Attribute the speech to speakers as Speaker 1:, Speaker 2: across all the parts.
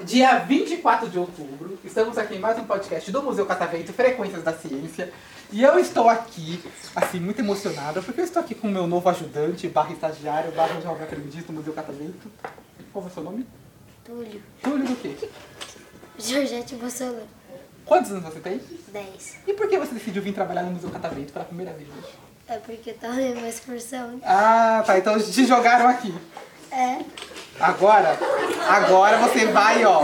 Speaker 1: Dia 24 de outubro, estamos aqui em mais um podcast do Museu Catavento, Frequências da Ciência. E eu estou aqui, assim, muito emocionada, porque eu estou aqui com o meu novo ajudante, barra estagiário, barra jovem aprendiz do Museu Catavento. Qual é o seu nome?
Speaker 2: Túlio.
Speaker 1: Túlio do quê?
Speaker 2: Georgette Bolsonaro.
Speaker 1: Quantos anos você tem?
Speaker 2: 10.
Speaker 1: E por que você decidiu vir trabalhar no Museu Catavento pela primeira vez?
Speaker 2: É porque eu tava em uma excursão.
Speaker 1: Ah, tá, então te jogaram aqui.
Speaker 2: É.
Speaker 1: Agora, agora você vai, ó,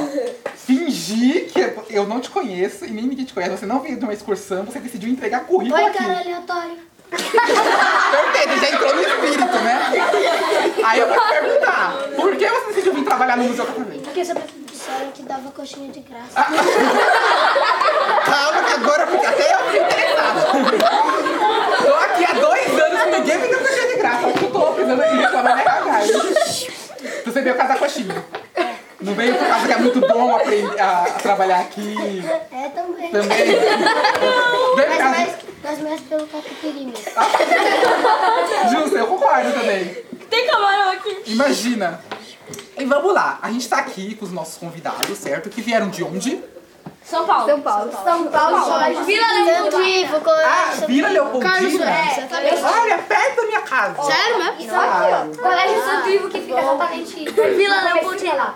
Speaker 1: fingir que eu não te conheço e nem ninguém te conhece. Você não veio de uma excursão, você decidiu entregar currículo
Speaker 2: Oi,
Speaker 1: aqui.
Speaker 2: cara aleatório.
Speaker 1: Perfeito, Então, já entrou no espírito, né? Aí eu vou te perguntar, por que você decidiu vir trabalhar no Museu Catavento?
Speaker 2: Porque só disseram que dava coxinha de graça.
Speaker 1: Ah. Calma que agora eu fiquei até eu fiquei interessado. Tô aqui há dois anos e ninguém me deu coxinha de graça. Eu tô precisando de reclamar na RH. Você veio casar coxinha. Não veio por causa que é muito bom aprender a, a trabalhar aqui.
Speaker 2: É também.
Speaker 1: Também. Veio por
Speaker 2: Mas
Speaker 1: causa...
Speaker 2: mais, mas mais pelo catupiry mesmo.
Speaker 1: Ah, Justo, eu concordo também.
Speaker 3: Tem camarão aqui.
Speaker 1: Imagina. E vamos lá, a gente tá aqui com os nossos convidados, certo? Que vieram de onde?
Speaker 3: São Paulo. São Paulo.
Speaker 2: São Paulo, Jorge.
Speaker 3: Vila Leopoldina.
Speaker 1: Ah, Vila Leopoldina.
Speaker 2: Sério
Speaker 1: Olha, perto da minha casa.
Speaker 2: mesmo?
Speaker 1: Ah,
Speaker 3: Colégio Santo Ivo que fica exatamente. Vila Leopoldina.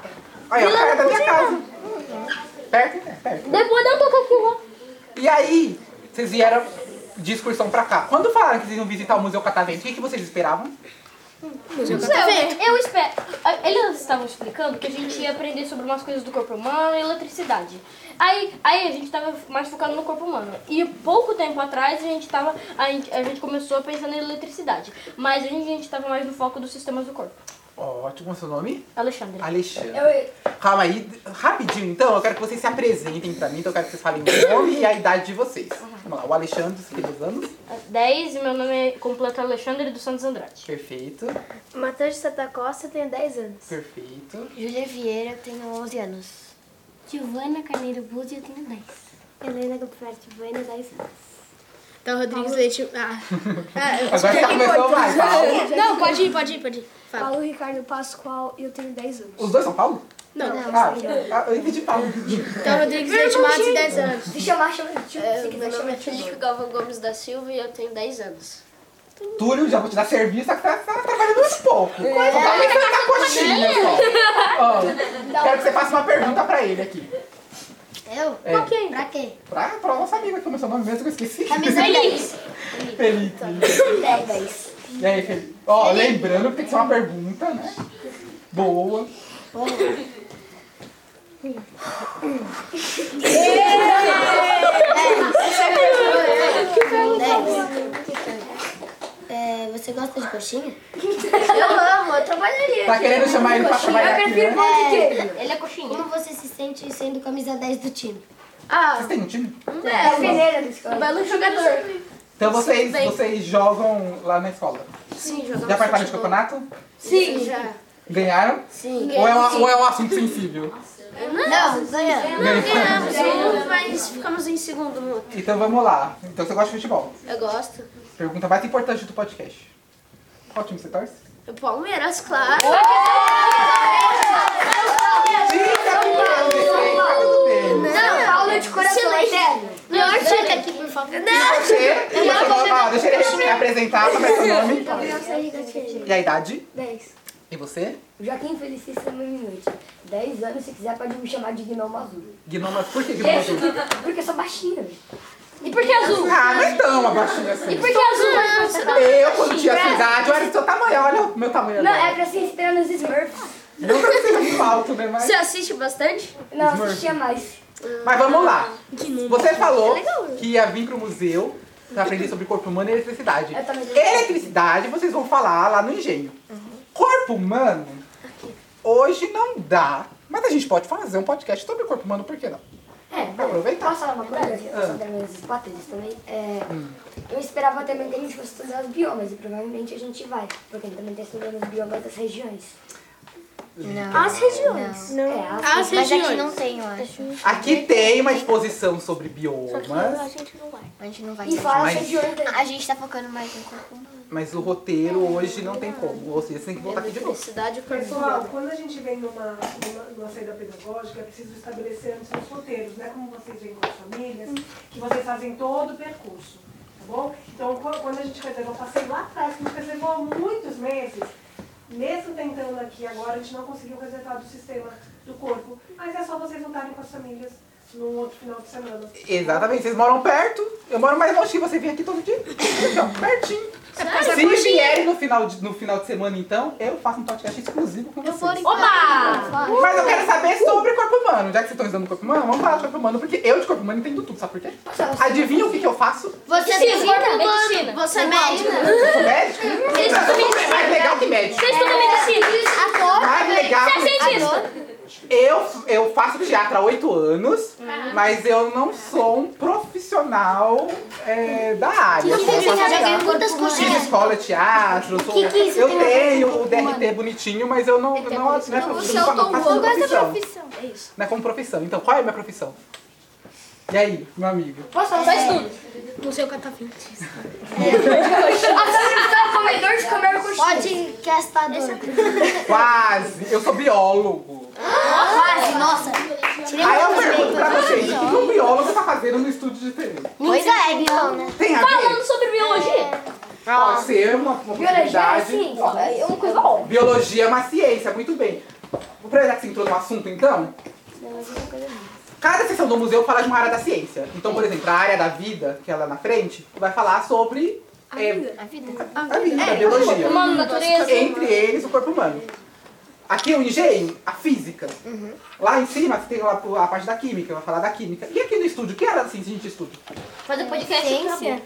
Speaker 1: olha, perto da minha casa. Perto, né? Perto.
Speaker 3: Depois eu toco aqui lá.
Speaker 1: E aí, vocês vieram de excursão pra cá. Quando falaram que vocês iam visitar o Museu Catavento, o que, que vocês esperavam?
Speaker 3: Eu espero. ah, Eles estavam explicando que a gente ia aprender sobre umas coisas do corpo humano e eletricidade. Aí, aí a gente tava mais focado no corpo humano. E pouco tempo atrás a gente tava. A gente, a gente começou a pensar na eletricidade. Mas a gente, a gente tava mais no foco dos sistemas do corpo.
Speaker 1: Ótimo, seu nome?
Speaker 3: Alexandre.
Speaker 1: Alexandre. Calma aí, rapidinho então, eu quero que vocês se apresentem pra mim, então eu quero que vocês falem o nome e a idade de vocês. Vamos lá, o Alexandre, você tem quantos anos?
Speaker 3: 10 e meu nome é completo Alexandre dos Santos Andrade.
Speaker 1: Perfeito,
Speaker 2: Matheus de Santa Costa, eu tenho 10 anos.
Speaker 1: perfeito.
Speaker 2: Júlia Vieira, eu tenho 11 anos. Giovana Carneiro Buzzi, eu tenho 10. Helena Gabriela Giovana, 10 anos.
Speaker 4: Então, Rodrigues Leite. Ah.
Speaker 1: Agora já começou mais. Paulo.
Speaker 4: Não, pode ir, pode ir, pode ir. Fala.
Speaker 5: Paulo Ricardo Pascoal e eu tenho 10 anos.
Speaker 1: Os dois são Paulo?
Speaker 4: Não.
Speaker 1: Ah, ah, eu entendi Paulo.
Speaker 4: Então, Rodrigues Leite Matos, 10 anos.
Speaker 2: Deixa eu chamar, se quiser chamar
Speaker 6: Felipe Galvão Gomes da Silva e eu tenho 10 anos.
Speaker 1: Túlio, já vou te dar serviço, só que tá, tá trabalhando uns pouco. Só
Speaker 5: é
Speaker 1: tá pensando na
Speaker 5: né?
Speaker 1: coxinha só. Ó,
Speaker 5: um
Speaker 1: quero que você faça uma pergunta pra ele aqui.
Speaker 2: Eu?
Speaker 1: É,
Speaker 2: Pra quê? é
Speaker 1: pra, pra nossa amiga, que é o meu nome mesmo, que eu esqueci.
Speaker 2: Camisa 10.
Speaker 1: Felipe. E aí, Felipe? Ó, lembrando que tem que ser uma pergunta, né? Boa.
Speaker 2: É, você gosta de coxinha?
Speaker 6: Eu amo, eu trabalharia.
Speaker 1: Tá querendo chamar ele pra trabalhar aqui, né?
Speaker 2: É.
Speaker 3: Ele é coxinha.
Speaker 2: Como você se sente sendo camisa 10 do time?
Speaker 1: Vocês têm um time?
Speaker 6: É, Peneira da escola. Belo jogador.
Speaker 1: Então vocês, vocês jogam lá na escola?
Speaker 4: Sim,
Speaker 1: Já participaram de campeonato?
Speaker 4: Sim, já.
Speaker 1: Ganharam?
Speaker 2: Sim.
Speaker 1: Ou é, um, ou é um assunto sensível?
Speaker 2: Não, ganhamos.
Speaker 1: Ganharam.
Speaker 6: Mas ficamos em segundo muito.
Speaker 1: Então vamos lá. Então você gosta de futebol?
Speaker 6: Eu gosto.
Speaker 1: Pergunta mais importante do podcast. Qual time você torce?
Speaker 6: O Palmeiras, claro.
Speaker 1: Tá
Speaker 2: Não, aula de coração eterno. Não, fica aqui, por favor. Não.
Speaker 1: Tá Deixa ele me apresentar, como é seu nome?
Speaker 2: Eu sou gigante.
Speaker 1: E a idade?
Speaker 5: 10.
Speaker 1: E você?
Speaker 5: Joaquim Felicíssimo Minuti. 10 anos, se quiser, pode me chamar de Gnomo Azul.
Speaker 1: Gnoma, por que Gnoma azul?
Speaker 5: Porque eu sou baixinha.
Speaker 3: E por que azul?
Speaker 1: Ah, mas não, a baixinha assim.
Speaker 3: Por que azul?
Speaker 1: Eu, quando tinha sua idade, eu era do seu tamanho. Olha o meu tamanho
Speaker 5: Não, é
Speaker 1: agora.
Speaker 5: pra se inspirar nos Smurfs.
Speaker 1: Não pra ser muito alto, né? Mas...
Speaker 6: Você assiste bastante?
Speaker 5: Não,
Speaker 1: Smurf.
Speaker 5: assistia mais.
Speaker 1: Mas vamos lá. Você falou
Speaker 5: É né?
Speaker 1: que ia vir pro museu pra aprender sobre corpo humano e eletricidade.
Speaker 5: Eu também. Uhum.
Speaker 1: Eletricidade vocês vão falar lá no engenho. Corpo humano, hoje não dá. Mas a gente pode fazer um podcast sobre corpo humano, por que não?
Speaker 5: É,
Speaker 1: Vou aproveitar.
Speaker 5: Posso falar uma coisa sobre as hipóteses também? É, Eu esperava também que a gente fosse tá estudar os biomas, e provavelmente a gente vai, porque também está estudando os biomas das regiões.
Speaker 2: Não.
Speaker 5: As regiões. Não. É, as
Speaker 2: Mas
Speaker 4: As
Speaker 2: aqui
Speaker 4: regiões.
Speaker 2: não tem, eu acho.
Speaker 1: Aqui
Speaker 5: Uhum.
Speaker 1: tem uma exposição sobre
Speaker 5: é
Speaker 1: biomas,
Speaker 6: gente não vai.
Speaker 2: A gente não vai.
Speaker 5: E fora
Speaker 1: Mas-
Speaker 5: as regiões da
Speaker 2: A gente tá focando mais no corpo humano.
Speaker 1: mas o roteiro hoje não tem como. Ou seja, você tem que
Speaker 5: É
Speaker 1: voltar aqui de novo.
Speaker 6: Cidade
Speaker 7: Pessoal, quando a gente vem numa, numa, numa saída pedagógica, é preciso estabelecer antes os roteiros, né? Como vocês vêm com as famílias, que vocês fazem todo o percurso, tá bom? Então, qu- quando a gente reservou, eu passei lá atrás, que a gente reservou há muitos meses, mesmo tentando aqui agora, a gente não conseguiu reservar do sistema do corpo, mas é só vocês voltarem com as famílias num outro final de semana.
Speaker 1: Exatamente, vocês moram perto. Eu moro mais longe que você vem aqui todo dia. Então, pertinho. Se vierem no final, de, no final de semana, então, eu faço um podcast exclusivo com vocês.
Speaker 3: Oba!
Speaker 1: Mas eu quero saber sobre corpo humano. Já que vocês estão estudando corpo humano, vamos falar de corpo humano, porque eu de corpo humano entendo tudo, sabe por quê? Adivinha o que, que eu faço?
Speaker 4: Você
Speaker 3: Medicina.
Speaker 4: Você é
Speaker 2: né?
Speaker 4: médica?
Speaker 1: Eu sou médico? Não, mais legal que médico.
Speaker 3: Você estuda
Speaker 2: É.
Speaker 3: medicina.
Speaker 1: Mais legal que
Speaker 3: Você é cientista.
Speaker 1: Eu, eu faço teatro há oito anos, mas eu não sou um profissional é, da área. Eu faço teatro.
Speaker 2: quantas
Speaker 1: Fiz escola de teatro, eu sou,
Speaker 2: É. Que que isso
Speaker 1: eu
Speaker 2: tem a ver
Speaker 1: tenho o DRT bonitinho, mas eu não, não, não, é profissional, não faço como profissão.
Speaker 6: É isso.
Speaker 1: Não é como profissão. Então, qual é a minha profissão? E aí, meu amigo?
Speaker 5: Posso falar?
Speaker 3: Só estudo.
Speaker 4: Não sei o que tá falando.
Speaker 6: Comedor de comer com
Speaker 2: Podcastador.
Speaker 1: Quase! Eu sou biólogo.
Speaker 2: Quase, nossa. Tirei
Speaker 1: Aí eu
Speaker 2: muitos
Speaker 1: pergunto
Speaker 2: meios.
Speaker 1: pra vocês, o que um biólogo tá fazendo no estúdio de TV?
Speaker 2: Pois é, Bion, né?
Speaker 1: Tem a ver?
Speaker 3: Falando sobre biologia.
Speaker 1: Pode ser uma, uma
Speaker 5: Biologia é
Speaker 1: possibilidade.
Speaker 5: ciência. É uma coisa
Speaker 1: Biologia é uma ciência, muito bem. Vou aproveitar que você entrou no assunto, então.
Speaker 2: é
Speaker 1: Cada seção do museu fala de uma área da ciência. Então, por exemplo, a área da vida, que é lá na frente, vai falar sobre é,
Speaker 2: A vida.
Speaker 1: a vida, a biologia.
Speaker 3: Humano, natureza.
Speaker 1: Entre eles, o corpo humano. Aqui é o engenho, a física.
Speaker 2: Uhum.
Speaker 1: Lá em cima tem lá a parte da química, vai falar da química. E aqui no estúdio, o que era da ciência que a gente estuda?
Speaker 3: Fazer podcast.
Speaker 2: Ciência.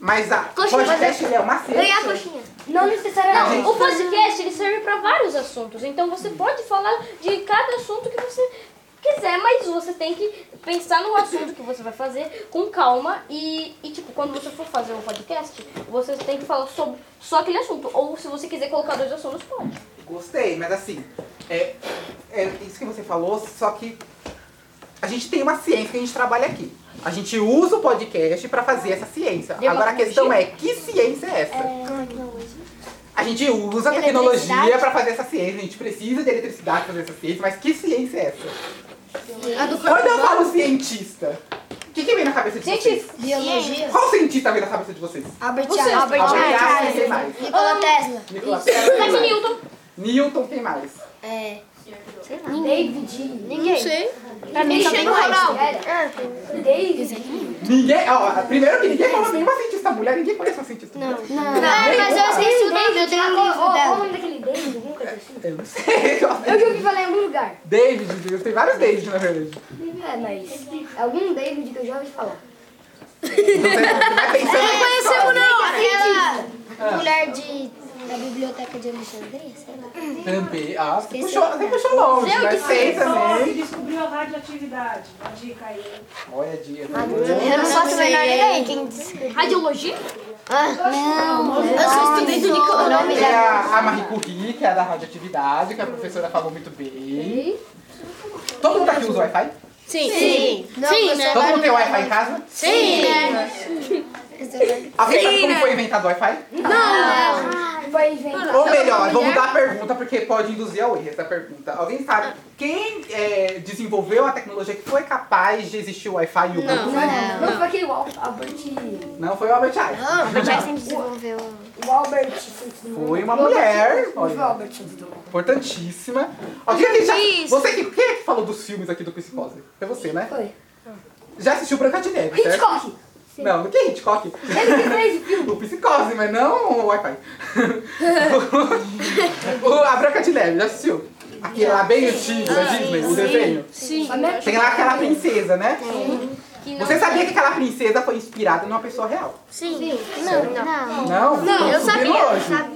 Speaker 1: Mas a podcast ele é uma
Speaker 2: Ganhar
Speaker 1: ciência.
Speaker 2: coxinha.
Speaker 5: Não necessariamente.
Speaker 1: Gente, Hum.
Speaker 3: O podcast ele serve para vários assuntos, então você pode falar de cada assunto que você quiser, mas você tem que pensar no assunto que você vai fazer com calma e, e, tipo, quando você for fazer um podcast, você tem que falar sobre só aquele assunto, ou se você quiser colocar dois assuntos, pode.
Speaker 1: Gostei, mas assim, é, é isso que você falou, só que a gente tem uma ciência que a gente trabalha aqui. A gente usa o podcast pra fazer essa ciência.
Speaker 3: Deu uma
Speaker 1: Agora a questão é,
Speaker 3: corrigida?
Speaker 1: que ciência é essa? A gente usa a tecnologia pra fazer essa ciência, a gente precisa de eletricidade pra fazer essa ciência, mas que ciência é essa? Quando eu falo cientista, o que, que vem na cabeça de vocês?
Speaker 2: Biologia.
Speaker 1: Qual cientista vem na cabeça de vocês?
Speaker 2: Albert
Speaker 3: Einstein.
Speaker 2: Albert
Speaker 1: Albert Einstein,
Speaker 2: Einstein.
Speaker 1: quem mais?
Speaker 2: Nikola Tesla.
Speaker 1: Nicolas
Speaker 3: Mas
Speaker 1: Tesla.
Speaker 3: Newton,
Speaker 1: Newton, quem mais?
Speaker 2: É.
Speaker 4: Não sei.
Speaker 2: Pra mim só tem É. Einstein.
Speaker 1: Ninguém, ó, primeiro que ninguém falou nenhuma cientista mulher, ninguém conhece uma cientista mulher.
Speaker 2: Não, mas eu esqueci o nome, eu tenho um livro
Speaker 5: Qual o
Speaker 2: dela.
Speaker 5: nome daquele David? Nunca assisti.
Speaker 1: Eu não sei.
Speaker 5: Eu já ouvi falar em algum lugar.
Speaker 1: David, tem vários David na verdade.
Speaker 5: É, mas algum David que eu já ouvi falar.
Speaker 1: Então, Vai pensando
Speaker 2: É,
Speaker 1: aí.
Speaker 2: Conhecemos não, aquela é mulher de, da biblioteca de Alexandria, sei lá.
Speaker 1: Também. Ah, você puxou, você puxou longe, mas sei
Speaker 7: Pessoal que
Speaker 1: também.
Speaker 7: descobriu a radioatividade. Uma dica aí. hein?
Speaker 1: Olha, dia.
Speaker 2: Eu não faço a menor
Speaker 4: é
Speaker 2: ideia quem disse.
Speaker 3: radiologia,
Speaker 2: Ah, não. Eu só estudei do Nicolau. O nome
Speaker 1: Tem
Speaker 2: dela.
Speaker 1: é a, a Marie Curie, que é da radioatividade, que a professora falou muito bem. Todo mundo aqui usa Wi-Fi?
Speaker 4: Sim.
Speaker 2: Sim.
Speaker 4: Sim, né?
Speaker 1: Todo mundo tem Wi-Fi em casa?
Speaker 4: Sim, né?
Speaker 1: Alguém sabe como foi inventado o Wi-Fi?
Speaker 5: Vai ver.
Speaker 1: Ou melhor, vou mudar a pergunta porque pode induzir ao erro essa pergunta. Alguém sabe quem é, desenvolveu a tecnologia que foi capaz de existir o Wi-Fi e o
Speaker 4: Não.
Speaker 1: Wi-Fi?
Speaker 5: Não é. foi aquele Al- Albert.
Speaker 1: Não foi o Albert Einstein.
Speaker 2: Ah, Albert Einstein desenvolveu.
Speaker 5: O Albert. foi-
Speaker 1: Foi uma mulher.
Speaker 5: Foi o
Speaker 1: Olha,
Speaker 5: Albert.
Speaker 1: importantíssima. Alguém aqui já, você que, quem é que falou dos filmes aqui do Psicose? É você, né?
Speaker 5: Foi.
Speaker 1: Já assistiu Branca de Neve, certo?
Speaker 5: Hitchcock.
Speaker 1: Não, não que é Hitchcock.
Speaker 5: Ele que fez o filme.
Speaker 1: O Psicose, mas não o Wi-Fi. O- o- a Branca de Neve, já assistiu? Aquele lá bem antigo, da
Speaker 5: Ah,
Speaker 1: Disney, o desenho. Tem lá aquela princesa, né? Você sabia
Speaker 5: é.
Speaker 1: que aquela princesa foi inspirada numa pessoa real?
Speaker 4: é
Speaker 2: Não, não.
Speaker 1: Não? Não, eu sabia,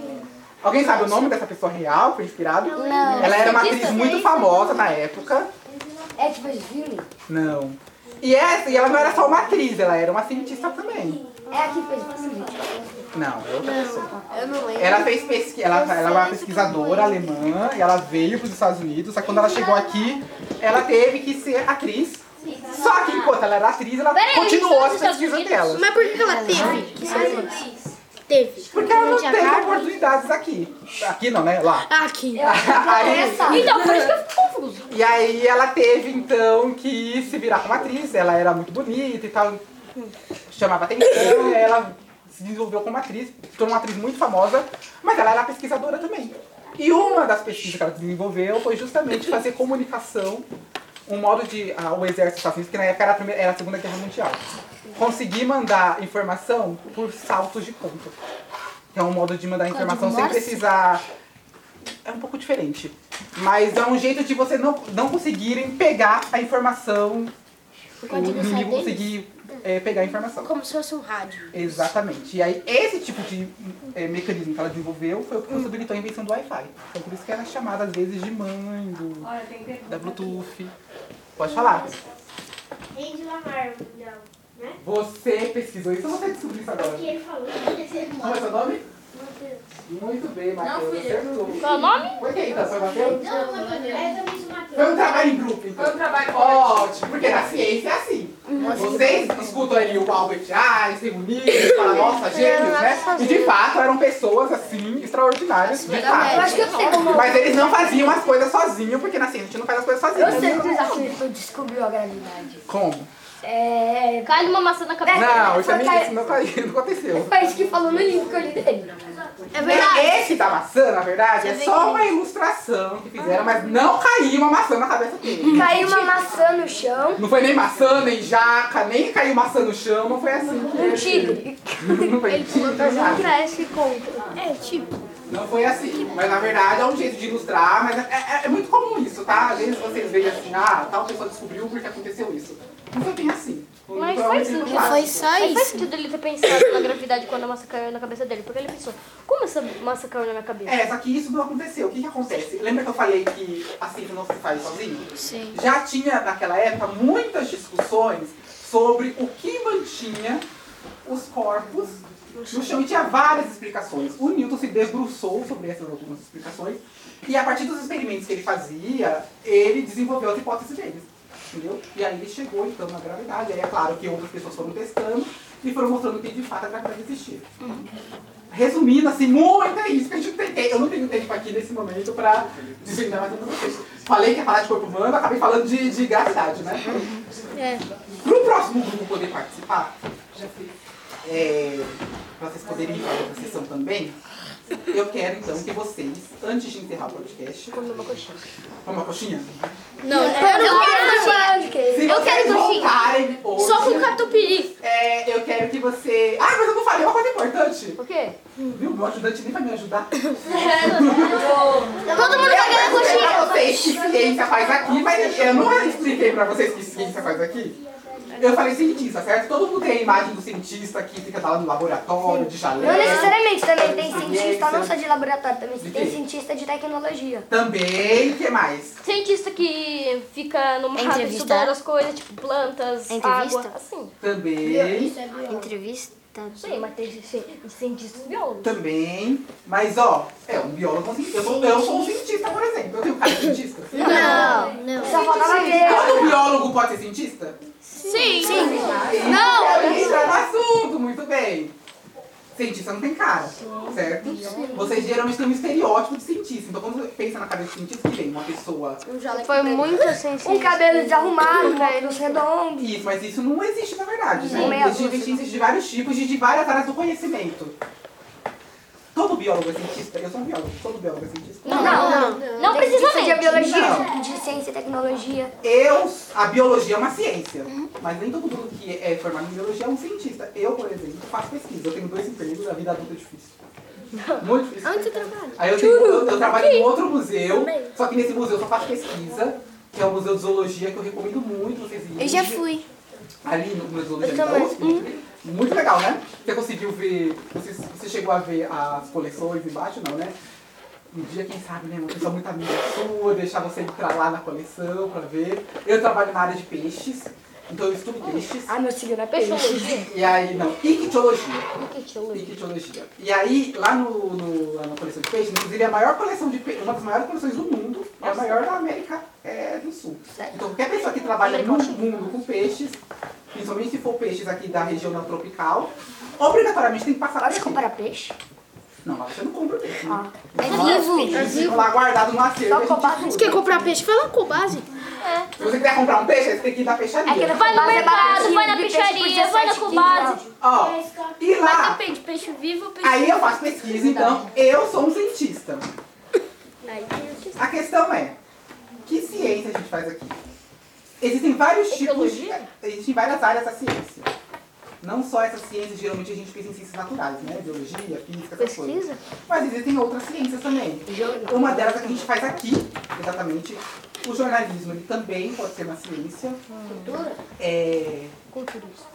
Speaker 1: Alguém sabe o nome dessa pessoa real que foi inspirado?
Speaker 2: Não.
Speaker 1: Ela era uma atriz muito famosa na época.
Speaker 5: É que fez o filme.
Speaker 1: Não. E essa, e ela não era só uma atriz, ela era uma cientista também.
Speaker 5: É aqui que fez esse vídeo.
Speaker 1: Não, eu
Speaker 4: Eu não lembro.
Speaker 1: Ela fez pesquisa, ela, ela é uma pesquisadora alemã e ela veio para os Estados Unidos, só que quando ela chegou aqui, ela teve que ser atriz. Só que enquanto ela era atriz, ela
Speaker 3: Peraí,
Speaker 1: continuou
Speaker 3: isso
Speaker 1: essa
Speaker 3: é nos
Speaker 1: pesquisa
Speaker 3: Estados
Speaker 1: dela.
Speaker 4: Mas por que que ela teve? Que você teve.
Speaker 1: Porque ela não
Speaker 4: tinha
Speaker 1: teve
Speaker 4: cargo?
Speaker 1: oportunidades aqui. Aqui não, né? Lá.
Speaker 4: Aqui.
Speaker 1: Aí,
Speaker 3: Então, por isso que eu fico confuso.
Speaker 1: e aí ela teve então que se virar como atriz, ela era muito bonita e tal, chamava atenção, e aí ela se desenvolveu como atriz, se tornou uma atriz muito famosa, mas ela era pesquisadora também. E uma das pesquisas que ela desenvolveu foi justamente fazer comunicação, um modo de. ah, o exército dos Estados Unidos, que na época era a, primeira- era a Segunda Guerra Mundial. Conseguir mandar informação por saltos de ponto. Que é um modo de mandar informação sem precisar. É um pouco diferente. Mas é um jeito de vocês não, não conseguirem pegar a informação. O inimigo conseguir eh, pegar a informação.
Speaker 4: Como se fosse um rádio.
Speaker 1: Exatamente. E aí, esse tipo de eh, mecanismo que ela desenvolveu foi o que possibilitou a invenção do Wi-Fi. Então, por isso que era chamada, às vezes, de mãe, do,
Speaker 7: Olha, tem pergunta.
Speaker 1: da Bluetooth. Pode falar.
Speaker 2: Rei de Lamar, não.
Speaker 1: Você pesquisou isso ou você descobriu isso agora?
Speaker 2: ele falou que ia ser
Speaker 1: Qual é o seu nome? Muito bem, Matheus. Não, fui
Speaker 3: Qual é o nome?
Speaker 1: Foi quem, então? Foi o Matheus?
Speaker 2: Não, não, não. É também do Matheus.
Speaker 1: Foi um trabalho em grupo, então.
Speaker 7: Foi um trabalho
Speaker 1: Ótimo, porque na ciência é assim.
Speaker 5: Uhum.
Speaker 1: Vocês escutam ali o Albert Einstein, o Nietzsche,
Speaker 5: Uhum.
Speaker 1: falam, nossa, gênios, né? E de fato eram pessoas assim, extraordinárias, de
Speaker 5: Eu
Speaker 1: fato.
Speaker 5: acho que eu sei como. é.
Speaker 1: Mas eles não faziam as coisas sozinhos, porque na ciência a gente não faz as coisas
Speaker 5: Eu sei
Speaker 1: sozinho.
Speaker 5: que o desafio descobriu a gravidade.
Speaker 1: Como?
Speaker 5: É.
Speaker 3: Cai uma maçã na cabeça.
Speaker 1: Não, isso é
Speaker 5: Foi
Speaker 1: mentira,
Speaker 5: ca-
Speaker 1: isso não tá- não aconteceu.
Speaker 5: Foi isso que falou no livro que eu li dele.
Speaker 4: É verdade.
Speaker 1: É, Esse da maçã, na verdade, é só uma ilustração que fizeram, mas não caiu uma maçã na cabeça dele.
Speaker 5: Caiu uma maçã no chão.
Speaker 1: Não foi nem maçã, nem jaca, nem caiu maçã no chão, não foi assim. Um tigre. Não foi tigre, jaca.
Speaker 4: Parece contra. É, tipo.
Speaker 1: Não foi assim, mas na verdade é um jeito de ilustrar, mas é, é- é muito comum isso, tá? Às vezes vocês veem assim, ah, tal pessoa descobriu porque aconteceu isso. Não foi bem assim. Não
Speaker 3: Mas
Speaker 1: um
Speaker 3: faz
Speaker 1: exemplo
Speaker 3: sentido.
Speaker 1: clássico.
Speaker 4: Foi só
Speaker 3: Mas faz
Speaker 4: isso.
Speaker 3: sentido ele ter pensado na gravidade quando a maçã caiu na cabeça dele, porque ele pensou, como essa maçã caiu na minha cabeça?
Speaker 1: É, só que isso não aconteceu. O que, que acontece? Lembra que eu falei que a ciência não se faz sozinho?
Speaker 4: Sim.
Speaker 1: Já tinha naquela época muitas discussões sobre o que mantinha os corpos no chão. E tinha várias explicações. O Newton se debruçou sobre essas algumas explicações. E a partir dos experimentos que ele fazia, ele desenvolveu as hipóteses dele. Entendeu? E aí ele chegou então na gravidade. Aí é claro que outras pessoas foram testando e foram mostrando que de fato a gravidade existia. Resumindo, assim, muito é isso que a gente não tem. Eu não tenho tempo aqui nesse momento pra desvendar mais um pra vocês. Falei que ia falar de corpo humano, acabei falando de, de gravidade, né?
Speaker 4: É.
Speaker 1: Pro próximo grupo poder participar, é, pra vocês poderem ir para outra sessão também, eu quero então que vocês, antes de encerrar o podcast. Comer uma coxinha. Uma coxinha?
Speaker 4: Não, é, eu não quero fazer.
Speaker 1: Se
Speaker 4: Eu
Speaker 1: vocês
Speaker 4: quero coxinha.
Speaker 1: voltarem hoje,
Speaker 4: Só com catupiry.
Speaker 1: é, eu quero que você. Ah, mas eu não falei uma coisa importante.
Speaker 3: Por quê?
Speaker 1: Viu? Meu ajudante nem vai me ajudar.
Speaker 4: Todo mundo vai ganhar
Speaker 1: Eu expliquei
Speaker 4: coxinha.
Speaker 1: pra vocês que ciência faz aqui, mas eu não expliquei pra vocês que ciência faz aqui. Eu falei cientista, certo? Todo mundo tem a imagem do cientista que fica lá no laboratório, de chalé.
Speaker 5: Não necessariamente, também tem cientista,
Speaker 1: Ciência.
Speaker 5: não só de laboratório, também
Speaker 1: De
Speaker 5: tem
Speaker 1: quê?
Speaker 5: cientista de tecnologia.
Speaker 1: Também, o que mais?
Speaker 3: Cientista que fica numa casa
Speaker 4: Entrevista.
Speaker 3: estudando as coisas, tipo plantas,
Speaker 2: Entrevista.
Speaker 3: água, assim.
Speaker 1: Também,
Speaker 2: é Entrevista.
Speaker 3: Sei, mas tem ci- cientistas biólogos.
Speaker 1: também. Mas ó, é um biólogo cientista. Eu sou, eu sou um cientista, por exemplo. Eu tenho cara de cientista.
Speaker 4: Não, não.
Speaker 5: Só faltava ver.
Speaker 1: Todo biólogo pode ser cientista? É
Speaker 4: Sim.
Speaker 1: Não! Quero entrar no assunto, muito bem. Cientista não tem cara, certo? Vocês geralmente têm um estereótipo de cientista. Então, quando você pensa na cabeça de cientista, que vem uma pessoa.
Speaker 3: Foi muito
Speaker 5: Um cabelo desarrumado, um cabelos redondos.
Speaker 1: Isso, mas isso não existe na verdade.
Speaker 5: Não, meia
Speaker 1: Né? Existem cientistas de vários tipos e de várias áreas do conhecimento. Todo biólogo é cientista. Eu sou um biólogo, todo biólogo é cientista.
Speaker 5: Não, não.
Speaker 3: Não
Speaker 5: Tem cientista de
Speaker 3: precisamente.
Speaker 5: biologia, de ciência e tecnologia.
Speaker 1: Eu, a biologia é uma ciência, mas nem todo mundo que é formado em biologia é um cientista. Eu, por exemplo, faço pesquisa. Eu tenho dois empregos, a vida adulta é difícil. Muito difícil. Onde você trabalha? Aí eu, tenho- eu- eu trabalho em outro museu, só que nesse museu eu só faço pesquisa, que é o Museu de Zoologia, que eu recomendo muito vocês irem.
Speaker 4: Eu já fui. Uhum.
Speaker 1: Ali no Museu de Zoologia da USP. Muito legal, né? Você conseguiu ver, você, você chegou a ver as coleções embaixo, não, né? Um dia, quem sabe, né? Uma pessoa muito amiga sua, deixar você entrar lá na coleção pra ver. Eu trabalho na área de peixes. Então eu estudo peixes.
Speaker 5: Ah, meu signo é peixe.
Speaker 1: E aí, não, ictiologia. Ictiologia. E aí, lá, no, no- lá na coleção de peixes, inclusive é a maior coleção de peixes, uma das maiores coleções do mundo, é a maior da América é, do Sul. Então qualquer pessoa que trabalha no mundo com peixes, principalmente se for peixes aqui da região não tropical, obrigatoriamente tem que passar
Speaker 5: Pode
Speaker 1: aqui.
Speaker 5: comprar peixe?
Speaker 1: Não, mas você não compra peixe. né?
Speaker 5: Ah.
Speaker 1: Eles ficam lá guardados no acervo.
Speaker 5: Só
Speaker 1: a gente
Speaker 5: comprar-
Speaker 1: estuda.
Speaker 4: Você quer comprar peixe? Vai lá com base.
Speaker 1: Se você quiser comprar um peixe, aí você tem que ir na peixaria.
Speaker 3: Vai no
Speaker 5: Mas é
Speaker 3: mercado,
Speaker 5: baratinho,
Speaker 3: vai na
Speaker 5: de peixe por
Speaker 3: peixaria, vai na
Speaker 5: 17, 15
Speaker 3: cobase.
Speaker 5: reais.
Speaker 1: Ó, e lá,
Speaker 4: Depende, peixe vivo ou peixe
Speaker 1: aí eu faço pesquisa, então eu sou um cientista.
Speaker 5: um
Speaker 1: A questão é, que ciência a gente faz aqui? Existem vários tipos de... é, Existem várias áreas da ciência. Não só essas ciências, geralmente a gente pensa em ciências naturais, né? Biologia, física, essas coisas. Mas existem outras ciências também. Uma delas é que a gente faz aqui, exatamente. O jornalismo, ele também pode ser uma ciência.
Speaker 2: Cultura?
Speaker 1: É...
Speaker 2: Culturismo.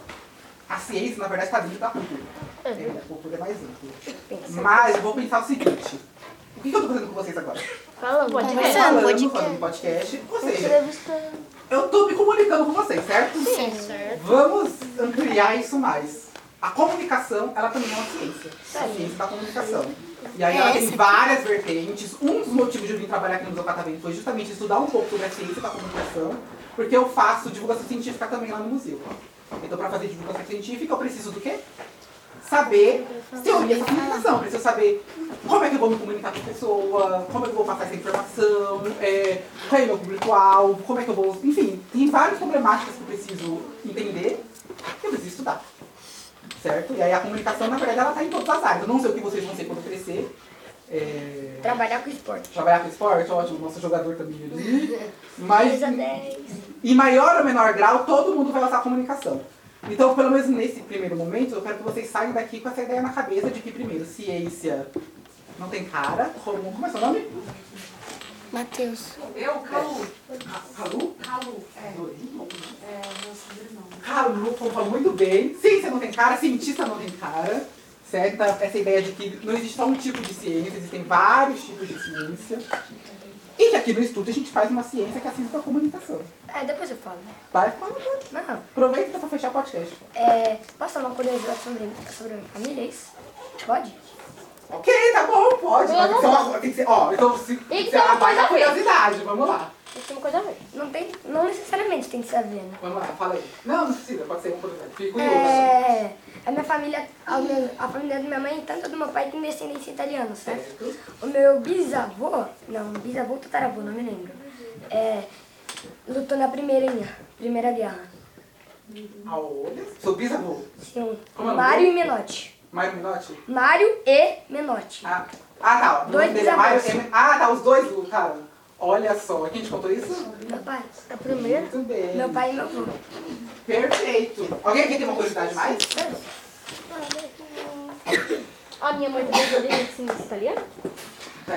Speaker 1: A ciência, na verdade, está dentro da cultura. É, a cultura é mais ampla. Mas eu vou pensar o seguinte. O que que eu estou fazendo com vocês agora?
Speaker 2: Falando, pode
Speaker 1: Estou falando, fazendo podcast. Ou seja, eu estou me comunicando com vocês, certo? Sim, certo. Vamos ampliar isso mais. A comunicação, ela também é uma ciência. A ciência da comunicação. E aí ela tem várias vertentes. Um dos motivos de eu vir trabalhar aqui no Museu Catavento foi justamente estudar um pouco sobre a ciência da comunicação, porque eu faço divulgação científica também lá no museu. Então, para fazer divulgação científica, eu preciso do quê? saber teoria da comunicação. Preciso saber como é que eu vou me comunicar com a pessoa, como é que eu vou passar essa informação, é, qual é o meu público-alvo, como é que eu vou. Enfim, tem várias problemáticas que eu preciso entender e eu preciso estudar. Certo? E aí a comunicação, na verdade, ela está em todas as áreas. Eu não sei o que vocês vão ser quando crescer. É,
Speaker 5: Trabalhar com esporte.
Speaker 1: Trabalhar com esporte, ótimo, nosso jogador também veio dormir. Mas, em maior ou menor grau, todo mundo vai usar a comunicação. Então, pelo menos nesse primeiro momento, eu quero que vocês saiam daqui com essa ideia na cabeça de que, primeiro, ciência não tem cara. Como, como é seu nome?
Speaker 2: Matheus.
Speaker 7: Eu, Calu.
Speaker 1: Calu?
Speaker 7: Calu, é.
Speaker 1: Dorinho?
Speaker 7: É, meu sobrenome.
Speaker 1: Calu, falou muito bem. Ciência não tem cara, cientista não tem cara. Certo? Então, Essa ideia de que não existe só um tipo de ciência, existem vários tipos de ciência. E que aqui no estudo a gente faz uma ciência que é a ciência da comunicação.
Speaker 5: É, depois eu falo, né?
Speaker 1: Vai falando.
Speaker 5: Não.
Speaker 1: Aproveita pra fechar o podcast.
Speaker 5: É, posso falar uma curiosidade sobre, sobre a minha família? é Isso? Pode?
Speaker 1: Ok, tá bom, pode. Mas tem que ser uma- tem que ser- ó, então se
Speaker 3: que
Speaker 1: se
Speaker 3: ser uma
Speaker 1: ela vai
Speaker 3: coisa
Speaker 1: na
Speaker 3: a ver.
Speaker 1: curiosidade, vamos lá.
Speaker 3: Isso é uma coisa a ver.
Speaker 5: Não tem, não necessariamente tem que saber, né?
Speaker 1: Vamos lá, fala aí. Não, não precisa, pode ser um uma curiosidade. Fica curioso.
Speaker 5: É, a minha família, a, minha- a família da minha mãe, tanto do meu pai, tem descendência italiana, certo?
Speaker 1: Certo?
Speaker 5: O meu bisavô, não, bisavô ou tataravô, não me lembro, é, lutou na primeira, guerra- primeira guerra.
Speaker 1: A olha. Sou bisavô.
Speaker 5: Sim,
Speaker 1: Como é o nome
Speaker 5: um Mário e
Speaker 1: dele?
Speaker 5: Menotti.
Speaker 1: Mário Minotti?
Speaker 5: Mário e Menotti.
Speaker 1: Ah, ah tá. o
Speaker 5: Dois
Speaker 1: nome dele é Mário
Speaker 5: bisavôs.
Speaker 1: M- Ah, tá, os dois, Lu, cara. Olha só, quem te contou isso?
Speaker 5: Meu pai. A
Speaker 1: Muito bem.
Speaker 5: Meu pai e meu avô.
Speaker 1: Perfeito. Alguém aqui tem uma curiosidade mais?
Speaker 3: A minha mãe também é descendência italiana.
Speaker 1: Tá.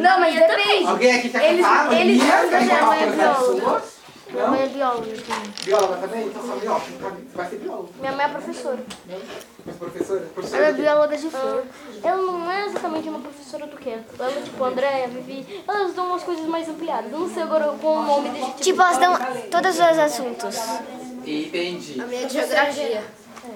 Speaker 5: Não, mas depende.
Speaker 1: Alguém aqui quer
Speaker 5: Eles-
Speaker 1: cantar?
Speaker 5: eles-
Speaker 1: Meninas, querem
Speaker 5: minha
Speaker 1: cantar uma
Speaker 5: mãe é
Speaker 1: curiosidade
Speaker 5: bióloga.
Speaker 1: sua? Não?
Speaker 4: é biólogo também.
Speaker 1: Bióloga também? Então só bióloga. Vai ser bióloga.
Speaker 3: Minha mãe é professora.
Speaker 1: Mas professora?
Speaker 4: Ela
Speaker 1: Professora
Speaker 4: é
Speaker 1: do quê?
Speaker 4: bióloga de flor.
Speaker 2: Ah.
Speaker 3: Ela não é exatamente uma professora do quê? Ela, tipo, Andréia, Vivi, elas dão umas coisas mais ampliadas. Eu não sei agora qual o nome desse tipo.
Speaker 2: Tipo, elas dão todos os assuntos.
Speaker 1: Entendi.
Speaker 4: Minha geografia.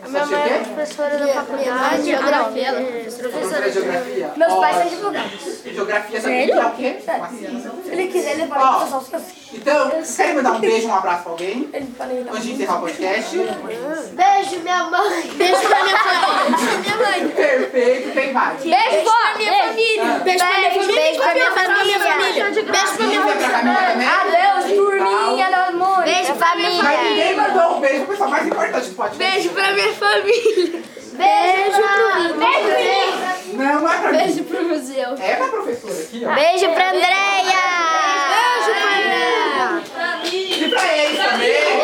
Speaker 1: A minha mãe é
Speaker 4: Professora da faculdade. Geografia.
Speaker 1: professora de geografia.
Speaker 5: Meus pais são
Speaker 1: Ótimo.
Speaker 5: advogados.
Speaker 1: Geografia também é o quê?
Speaker 4: Tá.
Speaker 1: Uma ciência.
Speaker 5: Se ele quiser, ele
Speaker 1: Ó.
Speaker 5: pode usar os seus filhos.
Speaker 1: Então, querem mandar um beijo, um abraço pra alguém?
Speaker 5: Ele fala, ele
Speaker 1: Antes de encerrar o podcast?
Speaker 4: Beijo, minha mãe. Beijo pra minha família.
Speaker 1: Perfeito, quem mais?
Speaker 3: Beijo, vó! Beijo!
Speaker 4: Beijo pra minha família. Beijo pra minha família. Beijo pra minha
Speaker 1: Beijo pra Camila também.
Speaker 5: Adeus, turminha do amor.
Speaker 4: Beijo,
Speaker 1: Mas
Speaker 4: família.
Speaker 1: ninguém mandou um beijo pro pessoal mais importante do podcast.
Speaker 4: Beijo pra minha família. Beijo pro Beijo,
Speaker 1: Não, não é pra mim.
Speaker 4: pro museu.
Speaker 1: É pra professora aqui, ó.
Speaker 2: Beijo pra Andréia!
Speaker 4: Beijo pra minha.
Speaker 1: E pra eles também.